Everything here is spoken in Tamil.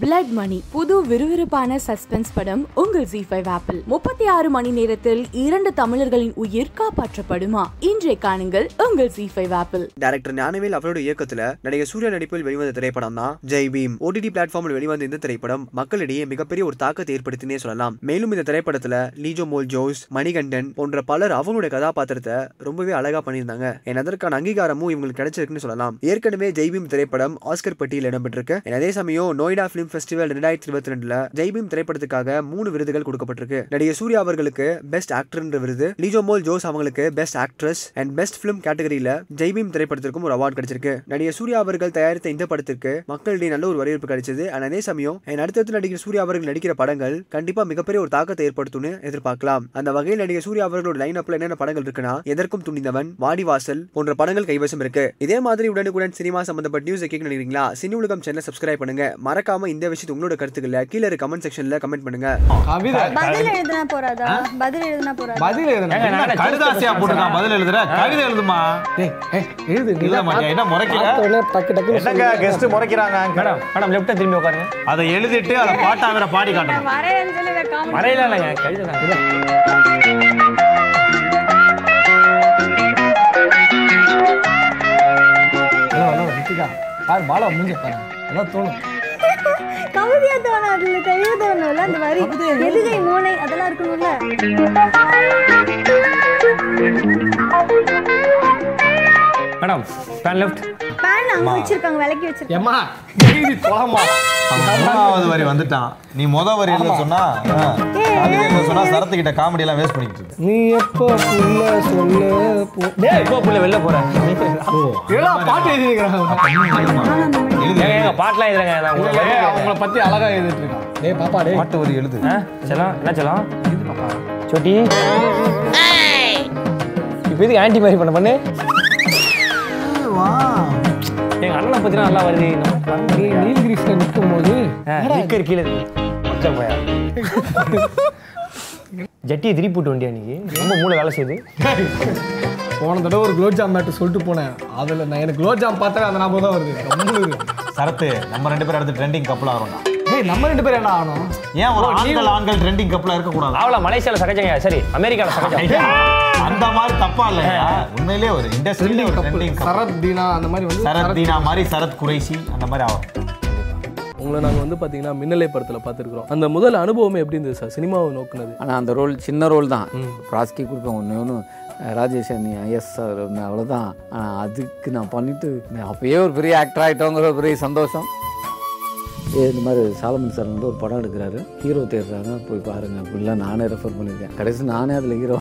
பிளட் மணி புது விறுவிறுப்பான சஸ்பென்ஸ் படம் உங்கள் ஜி ஃபைவ் ஆப்பிள் முப்பத்தி ஆறு மணி நேரத்தில் இரண்டு தமிழர்களின் உயிர் காப்பாற்றப்படுமா இன்றைய காணுங்கள் உங்கள் ஜி ஃபைவ் ஆப்பிள் டைரக்டர் ஞானவேல் அவரோட இயக்கத்துல நடிகர் சூர்யா நடிப்பில் வெளிவந்த திரைப்படம் தான் ஜெய் பீம் ஓடிடி பிளாட்ஃபார்மில் வெளிவந்த இந்த திரைப்படம் மக்களிடையே மிகப்பெரிய ஒரு தாக்கத்தை ஏற்படுத்தினே சொல்லலாம் மேலும் இந்த திரைப்படத்துல லீஜோ மோல் ஜோஸ் மணிகண்டன் போன்ற பலர் அவங்களுடைய கதாபாத்திரத்தை ரொம்பவே அழகா பண்ணியிருந்தாங்க ஏன் அதற்கான அங்கீகாரமும் இவங்களுக்கு கிடைச்சிருக்குன்னு சொல்லலாம் ஏற்கனவே ஜெய் பீம் திரைப்படம் ஆஸ்கர் பட்டியல் இடம்பெற்றிருக்கு ஏன் அதே சமயம் நோய்டா பிலிம் ஃபெஸ்டிவல் ரெண்டாயிரத்தி இருபத்தி ரெண்டுல ஜெய் பீம் திரைப்படத்துக்காக மூணு விருதுகள் கொடுக்கப்பட்டிருக்கு நடிகர் சூர்யா அவர்களுக்கு பெஸ்ட் ஆக்டர்ன்ற விருது லீஜோ மோல் ஜோஸ் அவங்களுக்கு best actress and best film கேட்டகரியில ஜெய்பீம் திரைப்படத்திற்கும் ஒரு அவார்ட் கிடைச்சிருக்கு நடிகர் சூர்யா அவர்கள் தயாரித்த இந்த படத்திற்கு மக்களிடையே நல்ல ஒரு வரவேற்பு கிடைச்சது அண்ட் அதே சமயம் என் அடுத்தடுத்து நடிகர் சூர்யா அவர்கள் நடிக்கிற படங்கள் கண்டிப்பா மிகப்பெரிய ஒரு தாக்கத்தை ஏற்படுத்தும்னு எதிர்பார்க்கலாம் அந்த வகையில் நடிகர் சூர்யா அவர்களோட லைன் அப்ல என்னென்ன படங்கள் இருக்குன்னா எதற்கும் துணிந்தவன் வாடிவாசல் போன்ற படங்கள் கைவசம் இருக்கு இதே மாதிரி உடனுக்குடன் சினிமா சம்பந்தப்பட்ட நியூஸ் கேட்க நினைக்கிறீங்களா சினி உலகம் சேனல் சப்ஸ்கிரைப் பண்ணுங்க மறக்காம இந்த விஷயத்தை உங்களோட கருத்துக்களை கீழே இருக்க கமெண்ட் செக்ஷன்ல கமெண்ட் பண்ணுங்க கவிதை பதில் எழுதுனா போறாதா பதில் எழுதுனா போறாதா பதில் எழுதுனா ஏங்க, நானே என்ன கடுதாசியா ஜோசியர் போட்டுருக்கான் பதில் எழுதுற கவிதை எழுதுமா டேய், ஏய், எழுது நீ இல்ல தான் மச்சான், என்ன முறைக்கிற பார்த்தோன்னே டக்கு டக்குன்னு என்னங்க கெஸ்ட் முறைக்கிறாங்க மேடம் மேடம் லெஃப்ட்டை திரும்பி உட்காருங்க அதை எழுதிட்டு அதை பாட்டா வேற பாடி காட்டணும் வரையன்னு சொல்லி இவன் comment மறையில இல்லைங்க கழுதுதாங்க ஹலோ ஹலோ ரித்திகா பாரு மாலா முடிஞ்ச பாரு அதான் தோணும் கவிதையா தோணும் அதுல கவிதை தோணும்ல அந்த வரி எதுகை மூளை அதெல்லாம் இருக்கணும்ல மேடம் பேன் லெஃப்ட் பேன் அங்க வச்சிருக்காங்க விலக்கி வச்சிருக்காங்க ஏம்மா எழுதி போலாமா மூணாவது வரி வந்துட்டான் நீ முத வரி எழுத சொன்னா ஆ, அது எழுத சொன்னா சரத்து கிட்ட காமெடி எல்லாம் வேஸ்ட் பண்ணிட்டு இருக்கு. நீ எப்போ புள்ள சொல்ல போ டேய் இப்போ புள்ள வெளில போறேன் ஏடா பாட்டு எழுதிக்கிறாங்க ஏங்க ஏங்க பாட்டெலாம் எழுதுறேங்க நான் உங்களுக்கு ஏய் அவங்கள பத்தி அழகா எழுதிட்டு இருக்கான் டேய் பாப்பா டேய் பாட்டு வரி எழுது ஆ செல்லாம் என்ன செல்லாம் சொட்டி இப்போ இதுக்கு ஆன்டி மாதிரி பண்ண பண்ணு எங்க அண்ணனை பத்தி நல்லா வருது நம்ம பண்ண நீ முடியல. நீலகிரிஸ்ல நிற்கும் போது ஆ, நிக்கர் கீழே இருக்கு. மச்சான் போயா. ஜட்டியை திருப்பி போட்டு வண்டியா நீ ரொம்ப மூளை வேலை செய்யுது போன தடவை ஒரு குலோப் ஜாம் மேட்டு சொல்லிட்டு போனேன் அதுல நான் எனக்கு குலோப் ஜாம் பார்த்தாலே அந்த ஞாபகம் தான் வருது கம்முனு. சரத்து நம்ம ரெண்டு பேரும் அடுத்து ட்ரெண்டிங் கப்பல் ஆகிறோம்டா டேய் நம்ம ரெண்டு பேரும் என்ன ஆகணும் ஏன் ஒரு ஆண்கள் ஆண்கள் ட்ரெண்டிங் கப்பலா இருக்க கூடாது அவள மலேசியால சகஜங்க சரி அமெரிக்கால சகஜம் அந்த மாதிரி தப்பா இல்லையா உண்மையிலேயே ஒரு இண்டஸ்ட்ரியில ஒரு கப்பல் ட்ரெண்டிங் கப்பல் சரத் தீனா அந்த மாதிரி வந்து சரத் தீனா மாதிரி சரத் குறைசி அந்த மாதிரி ஆகும் உங்களை நாங்கள் வந்து பார்த்தீங்கன்னா மின்னலை படத்தில் பார்த்துருக்குறோம் அந்த முதல் அனுபவமே எப்படி இருந்தது சார் சினிமாவை நோக்குனது ஆனால் அந்த ரோல் சின்ன ரோல் தான் ராஸ்கி கொடுப்பேன் ஒன்று ஒன்று ராஜேஷ் அண்ணி ஐஎஸ் சார் ஒன்று அவ்வளோதான் ஆனால் அதுக்கு நான் பண்ணிட்டு நான் அப்பயே ஒரு பெரிய ஆக்டர் ஆகிட்டோங்கிற ஒரு பெரிய சந்தோஷம் ஏ, இந்த மாதிரி சாலமன் சார் வந்து ஒரு படம் எடுக்கிறாரு ஹீரோ தேடுறாங்க போய் பாருங்க அப்படிலாம் நானே ரெஃபர் பண்ணியிருக்கேன் கடைசி நானே அதில் ஹீரோ